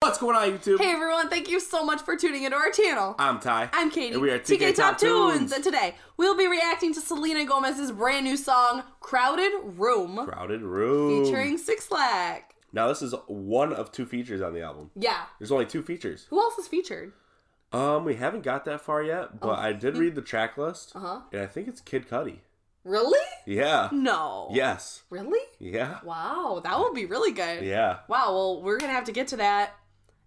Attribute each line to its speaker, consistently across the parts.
Speaker 1: What's going on, YouTube?
Speaker 2: Hey everyone, thank you so much for tuning into our channel.
Speaker 1: I'm Ty.
Speaker 2: I'm Katie.
Speaker 1: And we are TK, Top, Tunes.
Speaker 2: and today we'll be reacting to Selena Gomez's brand new song, Crowded Room,
Speaker 1: Crowded Room.
Speaker 2: featuring Six Flack.
Speaker 1: Now, this is one of two features on the album.
Speaker 2: Yeah.
Speaker 1: There's only two features.
Speaker 2: Who else is featured?
Speaker 1: Um, we haven't got that far yet, but I did read the track list,
Speaker 2: Oh. Hmm. Uh-huh. Hmm.
Speaker 1: and I think it's Kid Cudi.
Speaker 2: Really?
Speaker 1: Yeah.
Speaker 2: No.
Speaker 1: Yes.
Speaker 2: Really?
Speaker 1: Yeah.
Speaker 2: Wow, that would be really good.
Speaker 1: Yeah.
Speaker 2: Wow, well, we're gonna have to get to that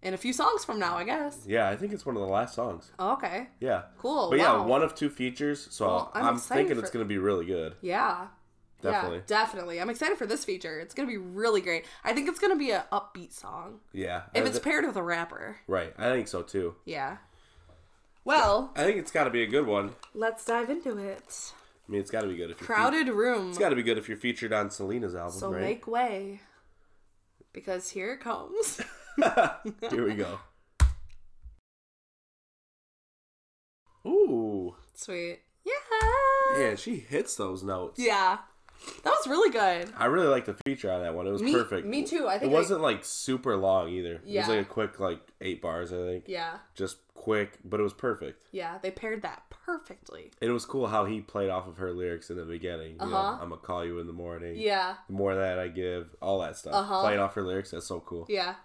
Speaker 2: in a few songs from now, I guess.
Speaker 1: Yeah, I think it's one of the last songs.
Speaker 2: Oh, okay.
Speaker 1: Yeah.
Speaker 2: Cool.
Speaker 1: But yeah,
Speaker 2: wow.
Speaker 1: one of two features, so
Speaker 2: Well,
Speaker 1: I'm,
Speaker 2: I'm excited
Speaker 1: thinking
Speaker 2: for-
Speaker 1: it's going to be really good.
Speaker 2: Yeah. Yeah,
Speaker 1: Definitely.
Speaker 2: definitely. I'm excited for this feature. It's gonna be really great. I think it's gonna be an upbeat song.
Speaker 1: Yeah.
Speaker 2: If
Speaker 1: I
Speaker 2: it's
Speaker 1: thi-
Speaker 2: paired with a rapper.
Speaker 1: right, I think so too.
Speaker 2: Yeah. Well,
Speaker 1: I think it's got to be a good one.
Speaker 2: let's dive into it.
Speaker 1: I mean, it's got to be good if you're fe-
Speaker 2: Crowded room.
Speaker 1: it's got to be good if you're featured on Selena's album,
Speaker 2: So
Speaker 1: right?
Speaker 2: make way. Because here it comes.
Speaker 1: Here we go. Ooh.
Speaker 2: Sweet. Yeah.
Speaker 1: Man, she hits those notes.
Speaker 2: Yeah. That was really good.
Speaker 1: I really like the feature on that one. It was
Speaker 2: Me,
Speaker 1: perfect.
Speaker 2: me too. I
Speaker 1: It
Speaker 2: think I-
Speaker 1: wasn't like super long either. It
Speaker 2: Yeah.
Speaker 1: was like a quick like eight bars, I think.
Speaker 2: yeah.
Speaker 1: Just quick, but it was perfect.
Speaker 2: Yeah. They paired that perfectly.
Speaker 1: It was cool how he played off of her lyrics in the beginning. You know,
Speaker 2: Uh-huh.
Speaker 1: I'm gonna call you in the morning.
Speaker 2: Yeah.
Speaker 1: The more that I give, all that stuff.
Speaker 2: Uh-huh.
Speaker 1: Playing off her lyrics, that's so cool.
Speaker 2: Yeah.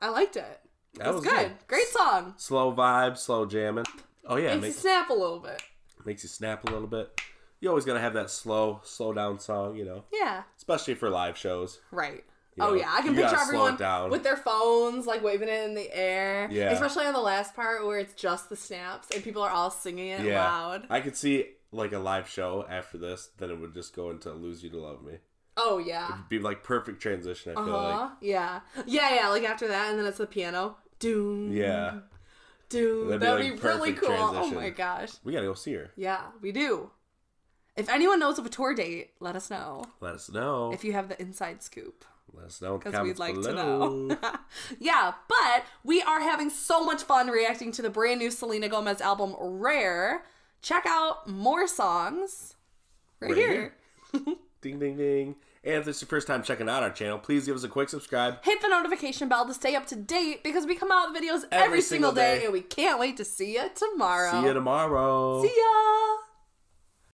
Speaker 2: I liked it.
Speaker 1: That
Speaker 2: It was good. Great song.
Speaker 1: Slow vibe, slow jamming. Oh yeah,
Speaker 2: Makes you snap a little bit.
Speaker 1: makes you snap a little bit. You always gotta have that slow, slow down song, you know,
Speaker 2: Yeah.
Speaker 1: especially for live shows.
Speaker 2: Right.
Speaker 1: You
Speaker 2: oh
Speaker 1: know,
Speaker 2: yeah, I can
Speaker 1: you
Speaker 2: picture
Speaker 1: gotta slow it
Speaker 2: everyone
Speaker 1: down.
Speaker 2: with their phones, like waving it in the air.
Speaker 1: Yeah.
Speaker 2: Especially on the last part where it's just the snaps and people are all singing it loud.
Speaker 1: I could see like a live show after this, then it would just go into "Lose You to Love Me."
Speaker 2: Oh yeah.
Speaker 1: Be like perfect transition. I
Speaker 2: Uh
Speaker 1: feel
Speaker 2: huh.
Speaker 1: like.
Speaker 2: Yeah. Yeah, yeah. Like after that, and then it's the piano. Doom.
Speaker 1: Yeah,
Speaker 2: Doom.
Speaker 1: That'd
Speaker 2: That'd
Speaker 1: be,
Speaker 2: be,
Speaker 1: like,
Speaker 2: really
Speaker 1: perfect
Speaker 2: cool.
Speaker 1: transition.
Speaker 2: Oh my gosh.
Speaker 1: we gotta go see her.
Speaker 2: Yeah, we do. If anyone knows of a tour date, let us know.
Speaker 1: Let us know.
Speaker 2: If you have the inside scoop.
Speaker 1: Let us know.
Speaker 2: because we'd like to know.
Speaker 1: know.
Speaker 2: yeah, but we are having so much fun reacting to the brand new Selena Gomez album Rare. Check out more songs right,
Speaker 1: Right
Speaker 2: here.
Speaker 1: here. ding ding ding. And if this is your first time checking out our channel, please give us a quick subscribe.
Speaker 2: Hit the notification bell to stay up to date because we come out with videos every,
Speaker 1: Every
Speaker 2: single
Speaker 1: single
Speaker 2: day.
Speaker 1: day.
Speaker 2: and we can't wait to see you tomorrow.
Speaker 1: See you tomorrow.
Speaker 2: See ya.